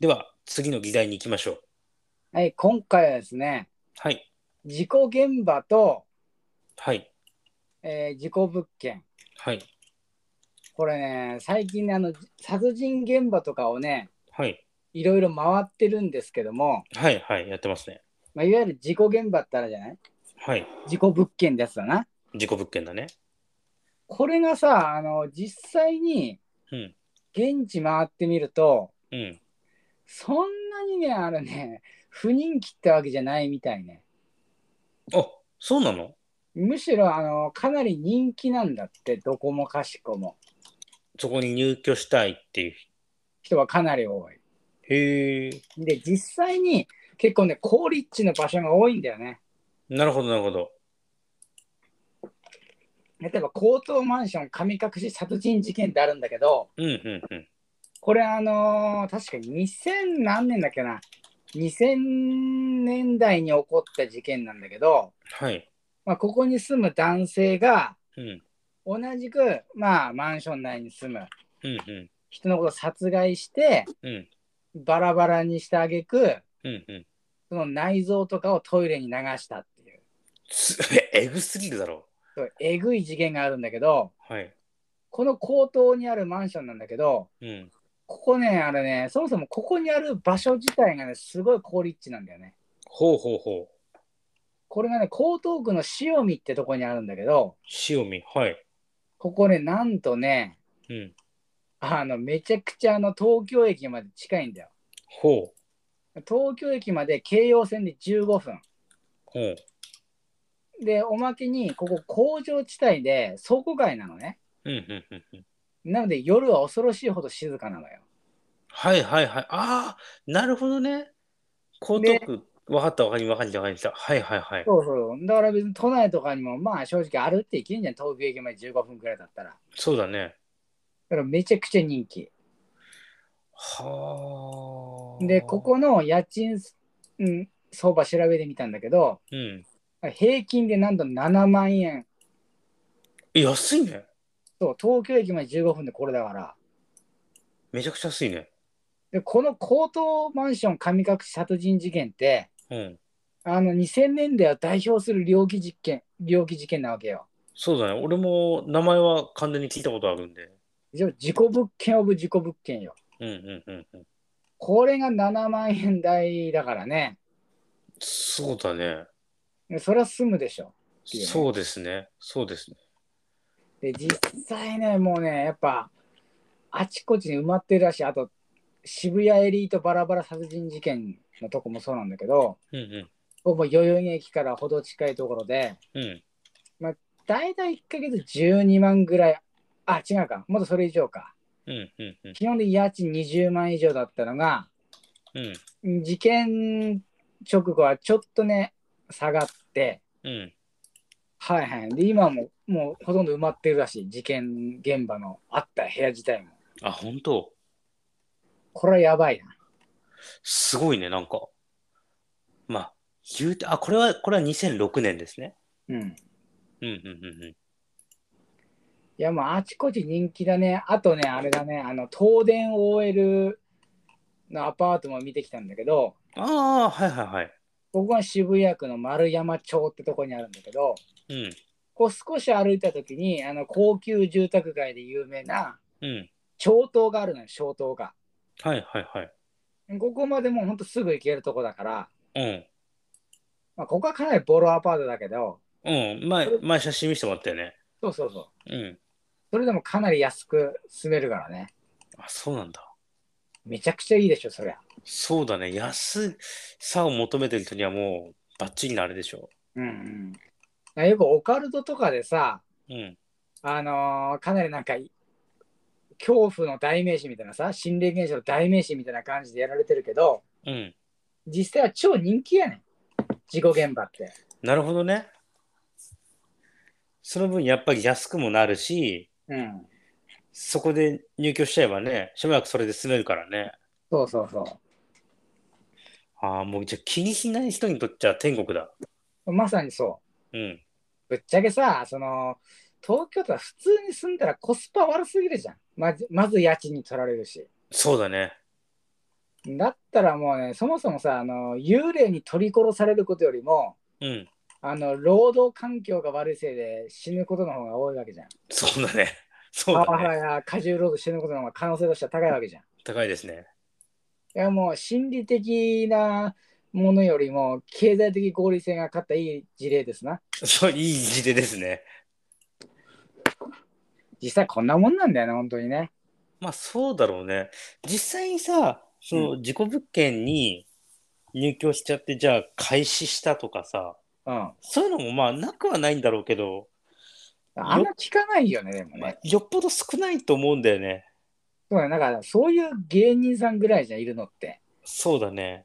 では、次の議題に行きましょう。はい、今回はですね、はい。事故現場と、はい。えー事故物件。はい。これね、最近ね、あの、殺人現場とかをね、はい。いろいろ回ってるんですけども、はい。はい。やってますね。まあ、いわゆる事故現場ってあるじゃないはい。事故物件ですよな。事故物件だね。これがさ、あの、実際にうん。現地回ってみると、うん。そんなにね、あれね、不人気ってわけじゃないみたいね。あ、そうなのむしろ、あの、かなり人気なんだって、どこもかしこも。そこに入居したいっていう。人はかなり多い。へえ。で、実際に結構ね、高立地の場所が多いんだよね。なるほど、なるほど。例えば高等マンション神隠し殺人事件ってあるんだけど、うん、うん、うん。これあのー確か2000何年だっけな、2000年代に起こった事件なんだけど、はい。まあ、ここに住む男性がうん。同じく、まあ、マンション内に住むうん、うん。人のことを殺害して、うん、バラバラにしてあげく、うん、うん。その内臓とかをトイレに流したっていう、す えぐすぎるだろそうえぐい事件があるんだけど、う。はい。この高等にあるマンションなんだけど、うん。ここね、あれね、そもそもここにある場所自体がね、すごい高立地なんだよね。ほうほうほう。これがね、江東区の塩見ってとこにあるんだけど、塩見。はい。ここね、なんとね、うん。あの、めちゃくちゃあの、東京駅まで近いんだよ。ほう。東京駅まで京葉線で15分。ほう。で、おまけに、ここ工場地帯で倉庫街なのね。うん、うん、うん。うんなので、夜は恐ろしいほど静かなのよ。はい、はい、はい。ああ、なるほどね。江東区。わかった、わかりました、わかりました。はい、はい、はい。そうそう。だから別に都内とかにも、まあ正直歩いて行けんじゃん、東京駅まで15分くらいだったら。だそうだね。からめちゃくちゃ人気。はあ。で、こ。この家賃、うん、相場調べてみたんだけど、うん。平均でなんと7万円。え安いね。そう、東京駅まで15分でこれだから。めちゃくちゃ安いね。で、この高等マンション神隠し殺人事件って、うん。あの2000年代を代表する猟奇事件、猟奇事件なわけよ。そうだね。俺も名前は完全に聞いたことあるんで。一応、事故物件オブ事故物件よ。うんうんうんうん。これが7万円台だからね。そうだね。それは済むでしょ。いいよねそうですね。そうですね。で実際ねもうねやっぱあちこちに埋まってるらしいあと渋谷エリートバラバラ殺人事件のとこもそうなんだけどうんほぼ代々木駅からほど近いところでうん。うん。だいたい1ヶ月12万ぐらいあ違うかもっとそれ以上かうんうんうん。基本で家賃20万以上だったのがうん事件直後はちょっとね下がってうん。はいはいで今ももうほとんど埋まってるらしい事件現場のあった部屋自体もあ、本当これはやばいなすごいね、なんか。まあ、言うて、あ、これは、これは2006年ですね。うんうんうんうんうん。いや、もうあちこち人気だね。あとね、あれだね、あの、東電 OL のアパートも見てきたんだけど、ああ、はいはいはい。ここが渋谷区の丸山町ってとこにあるんだけど、うんこう少し歩いた時に、あの、高級住宅街で有名な、うん。小島があるのよ、小島が。はいはいはい。ここまでもうほんとすぐ行けるとこだから、うん。まあ、ここはかなりボロアパートだけど、うん。前、前写真見せてもらったよね。そうそうそう。うん。それでもかなり安く住めるからね。あ、そうなんだ。めちゃくちゃいいでしょ、そりゃ。そうだね。安さを求めてる人にはもうバッチリなあれでしょうんうん。よくオカルトとかでさ、う。うん。あのーかなりなんかい恐怖の代名詞みたいなさ心霊現象の代名詞みたいな感じでやられてるけどうん。実際は超人気やねん事故現場ってなるほどね。その分やっぱり安くもなるし、うんそこで入居しちゃえばね、しばらくそれで住めるからね。そうそうそああ、もうじゃあ気にしない人にとっちゃ天国だ。うまさにそうん。うぶっちゃけさその東京都は普通に住んだらコスパ悪すぎるじゃんまずまず家賃に取られるしそうだね。だったらもうね、そもそもさ、あの幽霊に取り殺されることよりも、うん。あの労働環境が悪いせいで死ぬことの方が多いわけじゃん。そうだね。そうだパワハね。ラや過重労働死ぬことの方が可能性としては高いわけじゃん。い高いですね。 やもう心理的なものよりも経済的合理性が勝ったいい事例ですな。そう、いい事例ですね。実際こんなもんなんだよね、本当にね。まあそうだろうね。実際にさ、その事故物件に入居しちゃって、じゃあ開始したとかさ、うん。そういうのもまあなくはないんだろうけど、あんま聞かないよね、でもまあね。よっぽど少ないと思うんだよね。そうだね、なんかそういう芸人さんぐらいじゃんいるのって。そうだね。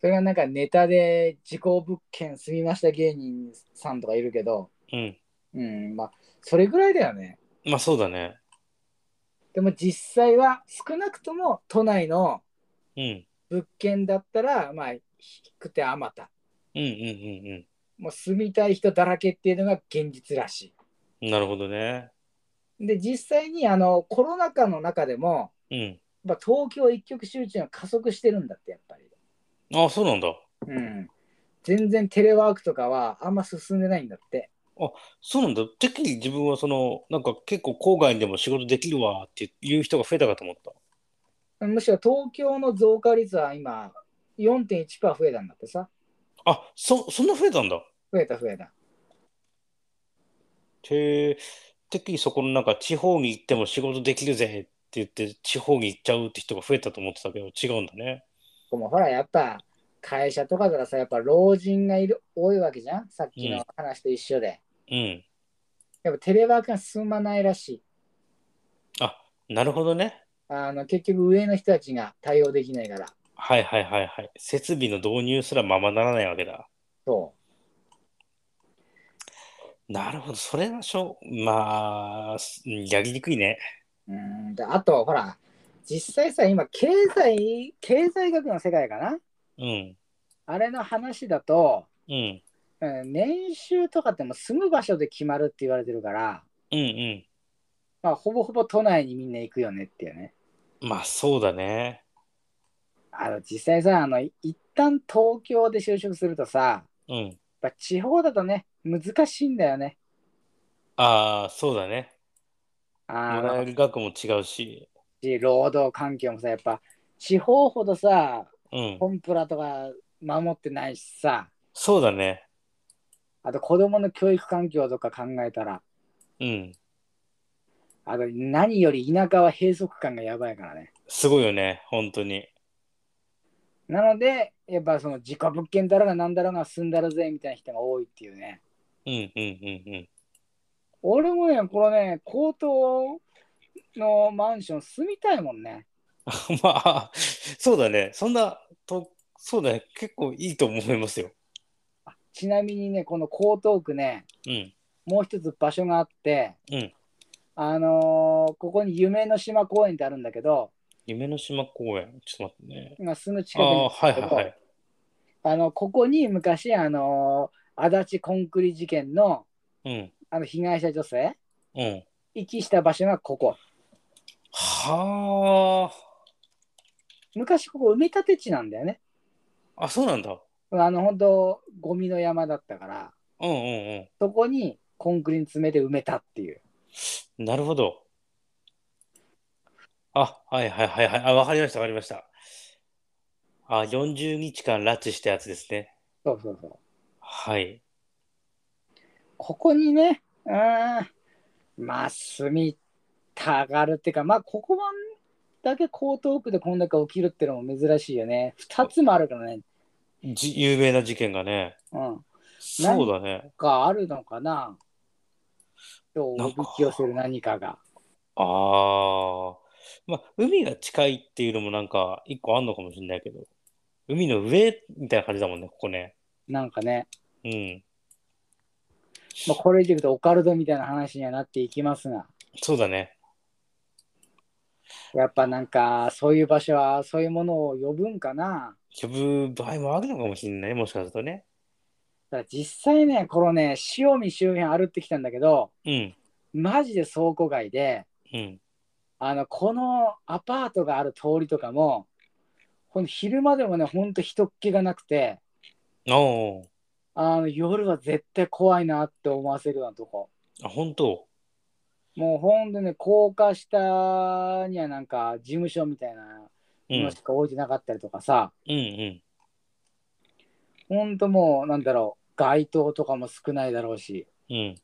それがなんかネタで事故物件住みました芸人さんとかいるけど、うん。うん、まあ、それぐらいだよね。まあそうだね。でも実際は少なくとも都内のうん。物件だったら、まあ、低くてあまた。うんうんうんもう住みたい人だらけっていうのが現実らしうん。なるほどね。い。で、実際にあのコロナ禍の中でも、うん。やっぱ東京一極集中が加速してるんだって、やっぱり。ああ、そうなんだ。うん。全然テレワークとかはあんま進んでないんだって。そうなんだ。てっきり自分はその、なんか結構郊外にでも仕事できるわっていう人が増えたかと思った。むしろ東京の増加率は今4.1%増えたんだってさ。あ、そ、そんな増えたんだ。増えた増えた。て、てっきりそこのなんか地方に行っても仕事できるぜって言って地方に行っちゃうって人が増えたと思ってたけど違うんだね。でもほらやっぱ会社とかだらさやっぱ老人がいる多いわけじゃんさっきの話と一緒で、うん。やっぱテレワークが進まないらしいあ、なるほどね。あの結局上の人たちが対応できないからはいはいはいはい。設備の導入すらままならないわけだ。そなるほど。それはしょ、まあ、すやりにくいね。ううんであとほら実際さ今経済経済学の世界かなうん。あれの話だと、うん。うん、年収とかってもう住む場所で決まるって言われてるから、うんうん。まあ、ほぼほぼ都内にみんな行くよねっていうねまあそうだね。あの実際さあの一旦東京で就職するとさうん。やっぱ地方だとね、難しいんだよね。ああ、そうだね。あもらのえる額も違うし。労働環境もさ、やっぱ地方ほどさ、うん。コンプラとか守ってないしさ、そうだね。あと子供の教育環境とか考えたら、うん。あと何より田舎は閉塞感がやばいからね。すごいよね。本当に。なので、やっぱその自家物件だろうが何だろうが住んだらぜみたいな人が多いっていうね。うんうんうんうん。俺もね、このね、高等のマンション住みたいもんね。 まあ、そうだね。そんな、と、そうだね。結構いいと思いますよ。ちなみにね、この江東区ね、うん。もう一つ場所があって、うんあのーここに夢の島公園ってあるんだけど、夢の島公園。ちょっと待ってね。今すぐ近あくにあ、はいはいはい。あのここに昔、あのー足立コンクリ事件のうん。あの被害者女性うん。遺棄した場所がここは昔ここ埋め立て地なんだよねあ。あ、そうなんだ。あの本当ゴミの山だったからうんうんそこにコンクリに詰めて埋めたっていううん。なるほど。あ、はいはいはいはい。あ、わかりましたわかりました。あ、40日間拉致したやつですね。そうそうそうはい。ここにねうーんまあ住みたがるっていうかまあここはだけ江東区でこんだけ起きるってのも珍しいよね2つもあるからねじ、有名な事件がね。うんそうだね。があるのかな今日おびき寄せる何かがああ、まあ、海が近いっていうのもなんか一個あんのかもしれないけど、海の上みたいな感じだもんね、ここね。なんかね、うん、まあ、これでいくとオカルトみたいな話にはなっていきますがそうだね。やっぱなんかそういう場所はそういうものを呼ぶんかな呼ぶ場合もあるのかもしれない、もしかするとね。だから実際ねこのね塩見周辺歩ってきたんだけどうん、マジで倉庫街でうん。あのこのアパートがある通りとかもほんと昼間でもね、ほんと人っ気がなくて、おーあの夜は絶対怖いなって思わせるようなとこ。あ、本当もうほんとね、高架下にはなんか事務所みたいなうん。のしか置いてなかったりとかさ、うんうん。ほんともうなんだろう、街灯とかも少ないだろうし、うん。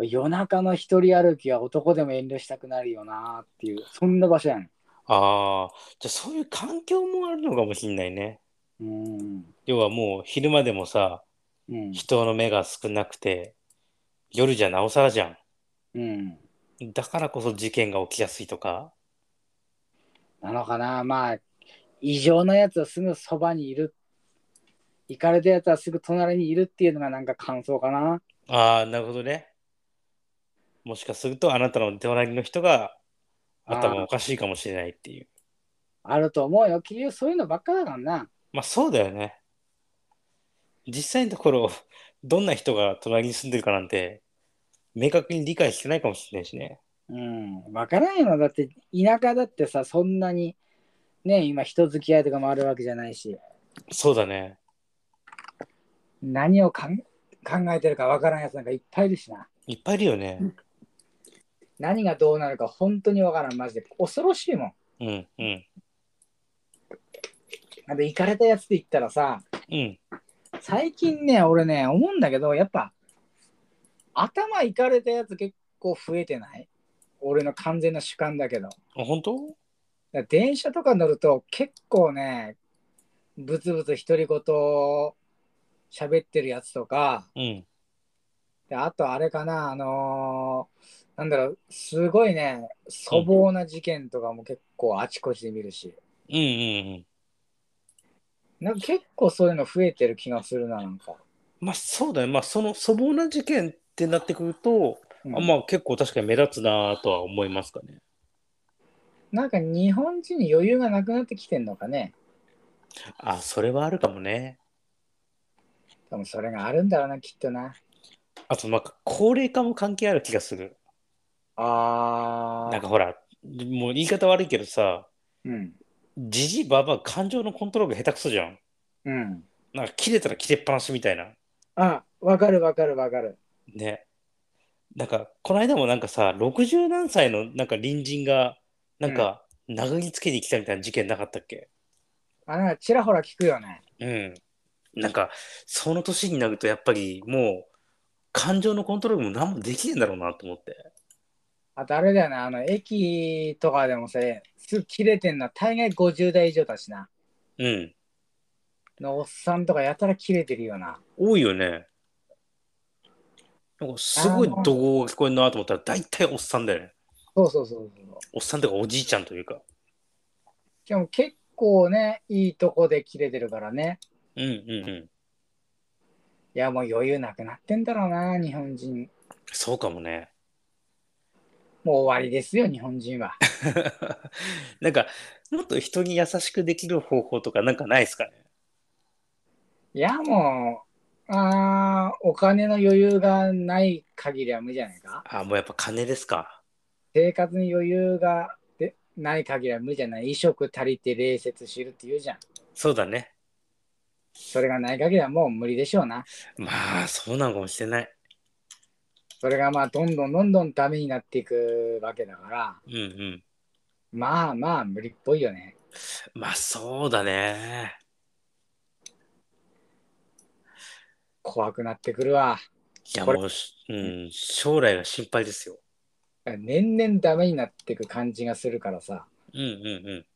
夜中の一人歩きは男でも遠慮したくなるよなっていう、そんな場所やねああ、じゃあそういう環境もあるのかもしれないね。ん。うん。要はもう昼間でもさ、うん。人の目が少なくて、夜じゃなおさらじゃうん。ん。だからこそ事件が起きやすいとか。なのかなまあ異常なやつはすぐそばにいる行かれたやつはすぐ隣にいるっていうのがなんか感想かなああ、なるほどね。もしかするとあなたの隣の人が頭おかしいかもしれないっていう。あると思うよ結局そういうのばっかだからなまあそうだよね。実際のところ、どんな人が隣に住んでるかなんて、明確に理解してないかもしれないしね。うんわからないのだって田舎だってさそんなにね今人付き合いとかもあるわけじゃないしそうだね。何をかん考えてるかわからんやつなんかいっぱいいるしないっぱいいるよね。何がどうなるか本当にわからんマジで恐ろしいもんうん、うん、あと行かれたやつって言ったらさうん。最近ね、俺ね、思うんだけど、やっぱ、頭いかれたやつ結構増えてない俺の完全な主観だけど。だかあ、本当ら電車とか乗ると結構ね、ブツブツ独り言喋ってるやつとか、うん。であとあれかな、あのーなんだろう、すごいね、粗暴な事件とかも結構あちこちで見るし、うん、うん、うん。なんか結構そういうの増えてる気がするな、なんか。まあそうだね。まあその粗暴な事件ってなってくると、うんあまあ結構確かに目立つなとは思いますかね。なんか日本人に余裕がなくなってきてんのかね。あ、それはあるかもね。多分それがあるんだろうな、きっとな。あとなんか高齢化も関係ある気がする。あなんかほら、もう言い方悪いけどさ、うん。じじばば感情のコントロール下手くそじゃん。うん。なんか切れたら切れっぱなしみたいな。あ、わかるわかるわかる。ね。なんか、この間もなんかさ、60何歳のなんか隣人が、なんか、殴りつけに来たみたいな事件なかったっけあ、なんかちらほら聞くよね。うん。なんか、その年になるとやっぱりもう、感情のコントロールも何もできねえんだろうなと思って。あとあれだよな、あの、駅とかでもさ、すぐ切れてんのは大概50代以上だしな。うん。のおっさんとかやたら切れてるよな。多いよね。なんか、すごいあの怒号が聞こえるなと思ったら、大体おっさんだよね。そうそうそうそう。おっさんとかおじいちゃんというか。しかも結構ね、いいとこで切れてるからね。うんうんうん。いや、もう余裕なくなってんだろうな、日本人。そうかもね。 もう終わりですよ、日本人は。なんか、もっと人に優しくできる方法とかなんかないですかね。いや、もう、あーお金の余裕がない限りは無理じゃないか。あ、もうやっぱ金ですか。生活に余裕がでない限りは無理じゃない衣食足りて礼節知るって言うじゃんそうだね。それがない限りはもう無理でしょうなまあ、そうなのかもしれない。それがまあどんどんどんどんダメになっていくわけだからうんうん。まあまあ無理っぽいよねまあ、そうだね。怖くなってくるわいや、これもうし、うん、将来が心配ですよ。年々ダメになっていく感じがするからさうんうんうん。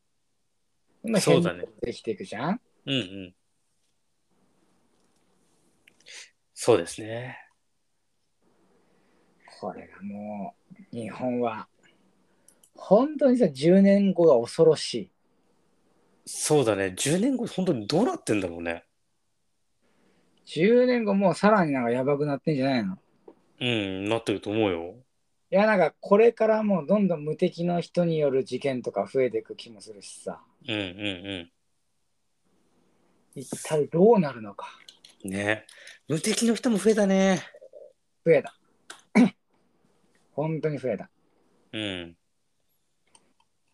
今そうだねできていくじゃんうんうん。そうですね。これがもう日本は本当にさ10年後が恐ろしいそうだね。10年後、本当にどうなってんだろうね。 10年後もうさらになんかやばくなってんじゃないのうん、なってると思うよ。いやなんかこれからもうどんどん無敵の人による事件とか増えていく気もするしさうんうん一体どうなるのかうん。ね。無敵の人も増えたね。増えた 本当に増えたうん。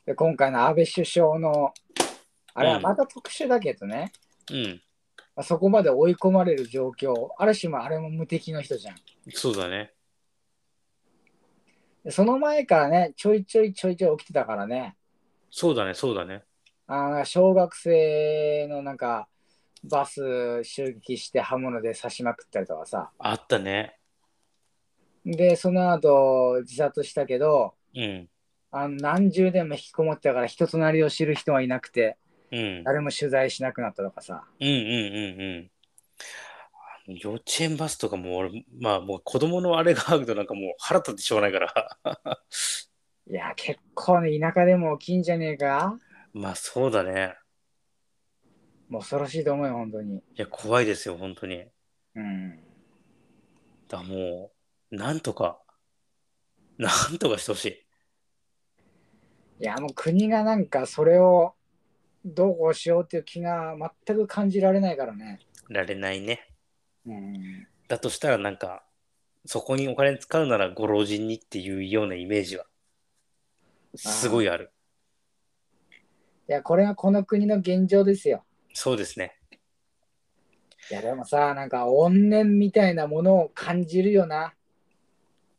で今回の安倍首相のあれはうんまた特殊だけどね、うん。まあそこまで追い込まれる状況、ある種もあれも無敵の人じゃん。そうだね。でその前からね、ちょいちょいちょいちょい起きてたからね、そうだね、そうだね。あー小学生のなんか、バス襲撃して刃物で刺しまくったりとかさ、あったね。で、その後自殺したけど、うん。あの何十年も引きこもってたから人となりを知る人はいなくて、うん。誰も取材しなくなったとかさ、うんうんうんうん。あの幼稚園バスとかも俺、まあもう子供のあれがあるとなんかもう腹立ってしょうがないから。 いや、結構ね、田舎でも起きんじゃねえかまあそうだね。もう恐ろしいと思うよ、本当に。いや、怖いですよ、本当に。うん。だからもう、なんとか、なんとかしてほしい。いや、もう国がなんかそれをどうこうしようっていう気が全く感じられないからね。られないね。うん。だとしたらなんか、そこにお金使うならご老人にっていうようなイメージは、すごいある。いや、これがこの国の現状ですよ。そうですね。いや、でもさ、なんか怨念みたいなものを感じるよな。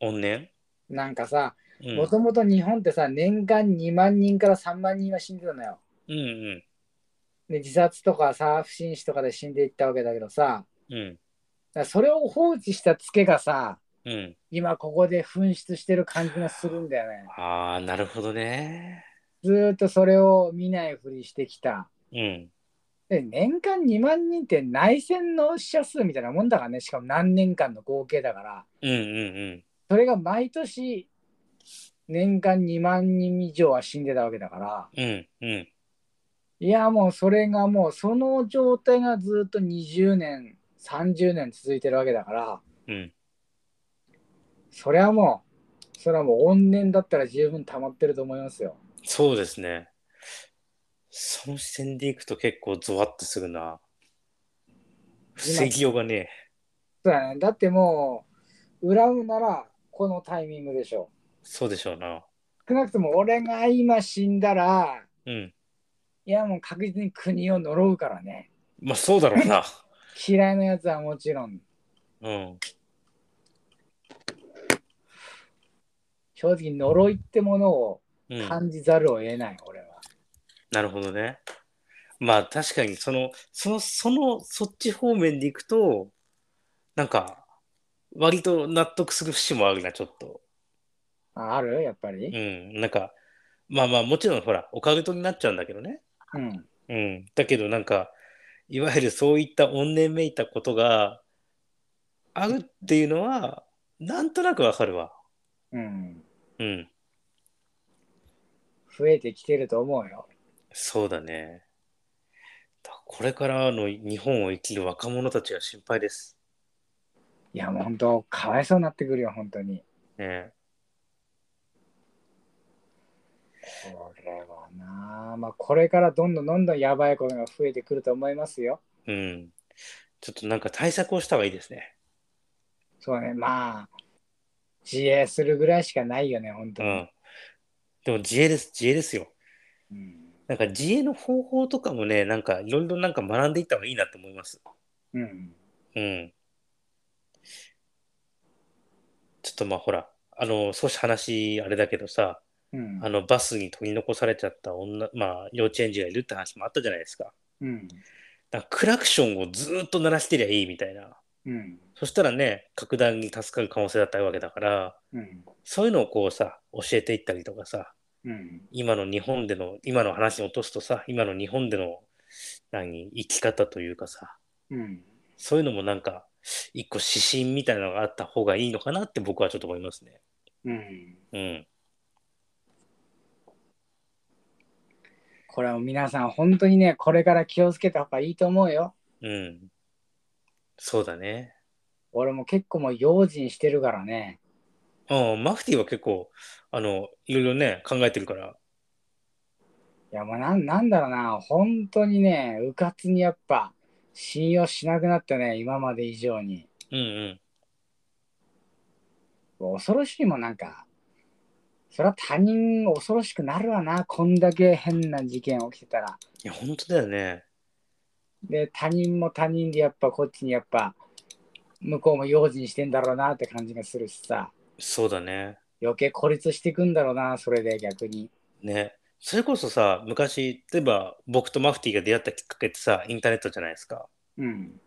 怨念なんかさ、うもん。ともと日本ってさ、年間2万人から3万人が死んでたのよ。うんうん。で、自殺とかさ、不審死とかで死んでいったわけだけどさ、うん。だからそれを放置したツケがさ、うん。今ここで紛失してる感じがするんだよね。ああ、なるほどね。ずーっとそれを見ないふりしてきた。うん。で年間2万人って内戦の死者数みたいなもんだからね、しかも何年間の合計だから、うんうんうん。それが毎年年間2万人以上は死んでたわけだから、うんうん。いやもうそれがもうその状態がずっと20年、30年続いてるわけだから、うん。それはもう、それはもう怨念だったら十分溜まってると思いますよ。そうですね。その視点でいくと結構ゾワッとするな。防ぎようがねえ。そうだね。だってもう、恨むならこのタイミングでしょ。そうでしょうな。少なくとも俺が今死んだら、うん。いやもう確実に国を呪うからね。まあそうだろうな。嫌いなやつはもちろん。うん。正直呪いってものをうん。感じざるを得ない、俺は。なるほどね。まあ確かにその、その、その、そっち方面でいくと、なんか、割と納得する節もあるな、ちょっと。ああるやっぱうり。ん。なんか、まあまあもちろんほら、オカルトになっちゃうんだけどね。うん。うん、だけどなんかいわゆるそういった怨念めいたことがあるっていうのはなんとなくわかるわ。うん。うん、増えてきてると思うよ。そうだね。だこれからの日本を生きる若者たちが心配です。いやもう本当、かわいそうになってくるよ、本当に。ね、これはなあまあこれからどんどんどんどんやばいことが増えてくると思いますよ。うん。ちょっとなんか対策をした方がいいですね。そうね、まあ、自衛するぐらいしかないよね、本当うに。ん。でも自衛です、自衛ですよ。うん。なんか自衛の方法とかもね、なんかいろいろなんか学んでいった方がいいなと思います。うん。うん。ちょっとまあほら、あの、少し話あれだけどさ、うんあ。の、バスに取り残されちゃった女、まあ、幼稚園児がいるって話もあったじゃないですか。うん。だからクラクションをずーっと鳴らしてりゃいいみたいな。うん。そしたらね、格段に助かる可能性だったわけだから、うん。そういうのをこうさ、教えていったりとかさ、うん。今の日本での、今の話に落とすとさ、今の日本での、何、生き方というかさ、うん。そういうのもなんか、一個指針みたいなのがあった方がいいのかなって僕はちょっと思いますね。うん。うん。これは皆さん本当にね、これから気をつけた方がいいと思うよ。うん。そうだね。俺も結構もう用心してるからね。うん、マフティーは結構、あの、いろいろね、考えてるから。いやもうなんなんだろうな、本当にね、うかつにやっぱ信用しなくなったね、今まで以上に。うんうん。恐ろしいもんなんか、そりゃ他人恐ろしくなるわな、こんだけ変な事件起きてたら。いや、本当だよね。で、他人も他人でやっぱこっちにやっぱ、向こうも用心してんだろうなって感じがするしさ、そうだね。余計孤立していくんだろうな、それで逆に。ね。それこそさ、昔、例えば僕とマフティーが出会ったきっかけってさ、インターネットじゃないですか。うん。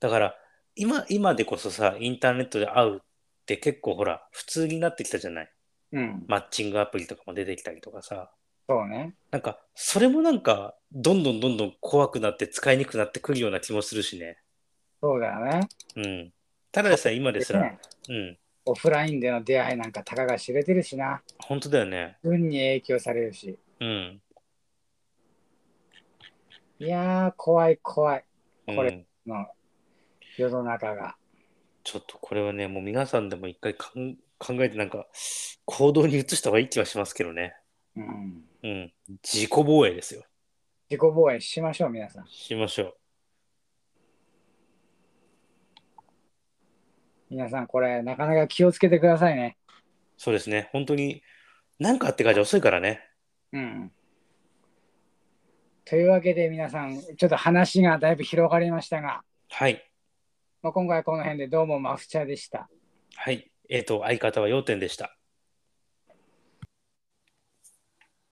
だから、今、今でこそさ、インターネットで会うって結構ほら、普通になってきたじゃない。うん。マッチングアプリとかも出てきたりとかさ。そうね。なんか、それもなんか、どんどんどんどん怖くなって使いにくくなってくるような気もするしね。そうだよね。うん。ただでさえ今ですら、ねうん。オフラインでの出会いなんかたかが知れてるしな。本当だよね。運に影響されるし。うん。いやー、怖い怖い。うんこれの世の中が。ちょっとこれはね、もう皆さんでも一回かん考えて、なんか、行動に移した方がいい気はしますけどね。うん。うん。自己防衛ですよ。自己防衛しましょう、皆さん。しましょう。皆さん、これ、なかなか気をつけてくださいね。そうですね。本当に、なんかあってからじゃ遅いからね。うん。というわけで、皆さん、ちょっと話がだいぶ広がりましたが、はい。まあ、今回はこの辺でどうもマフチャでした。はい。えっ、と、相方は要点でした。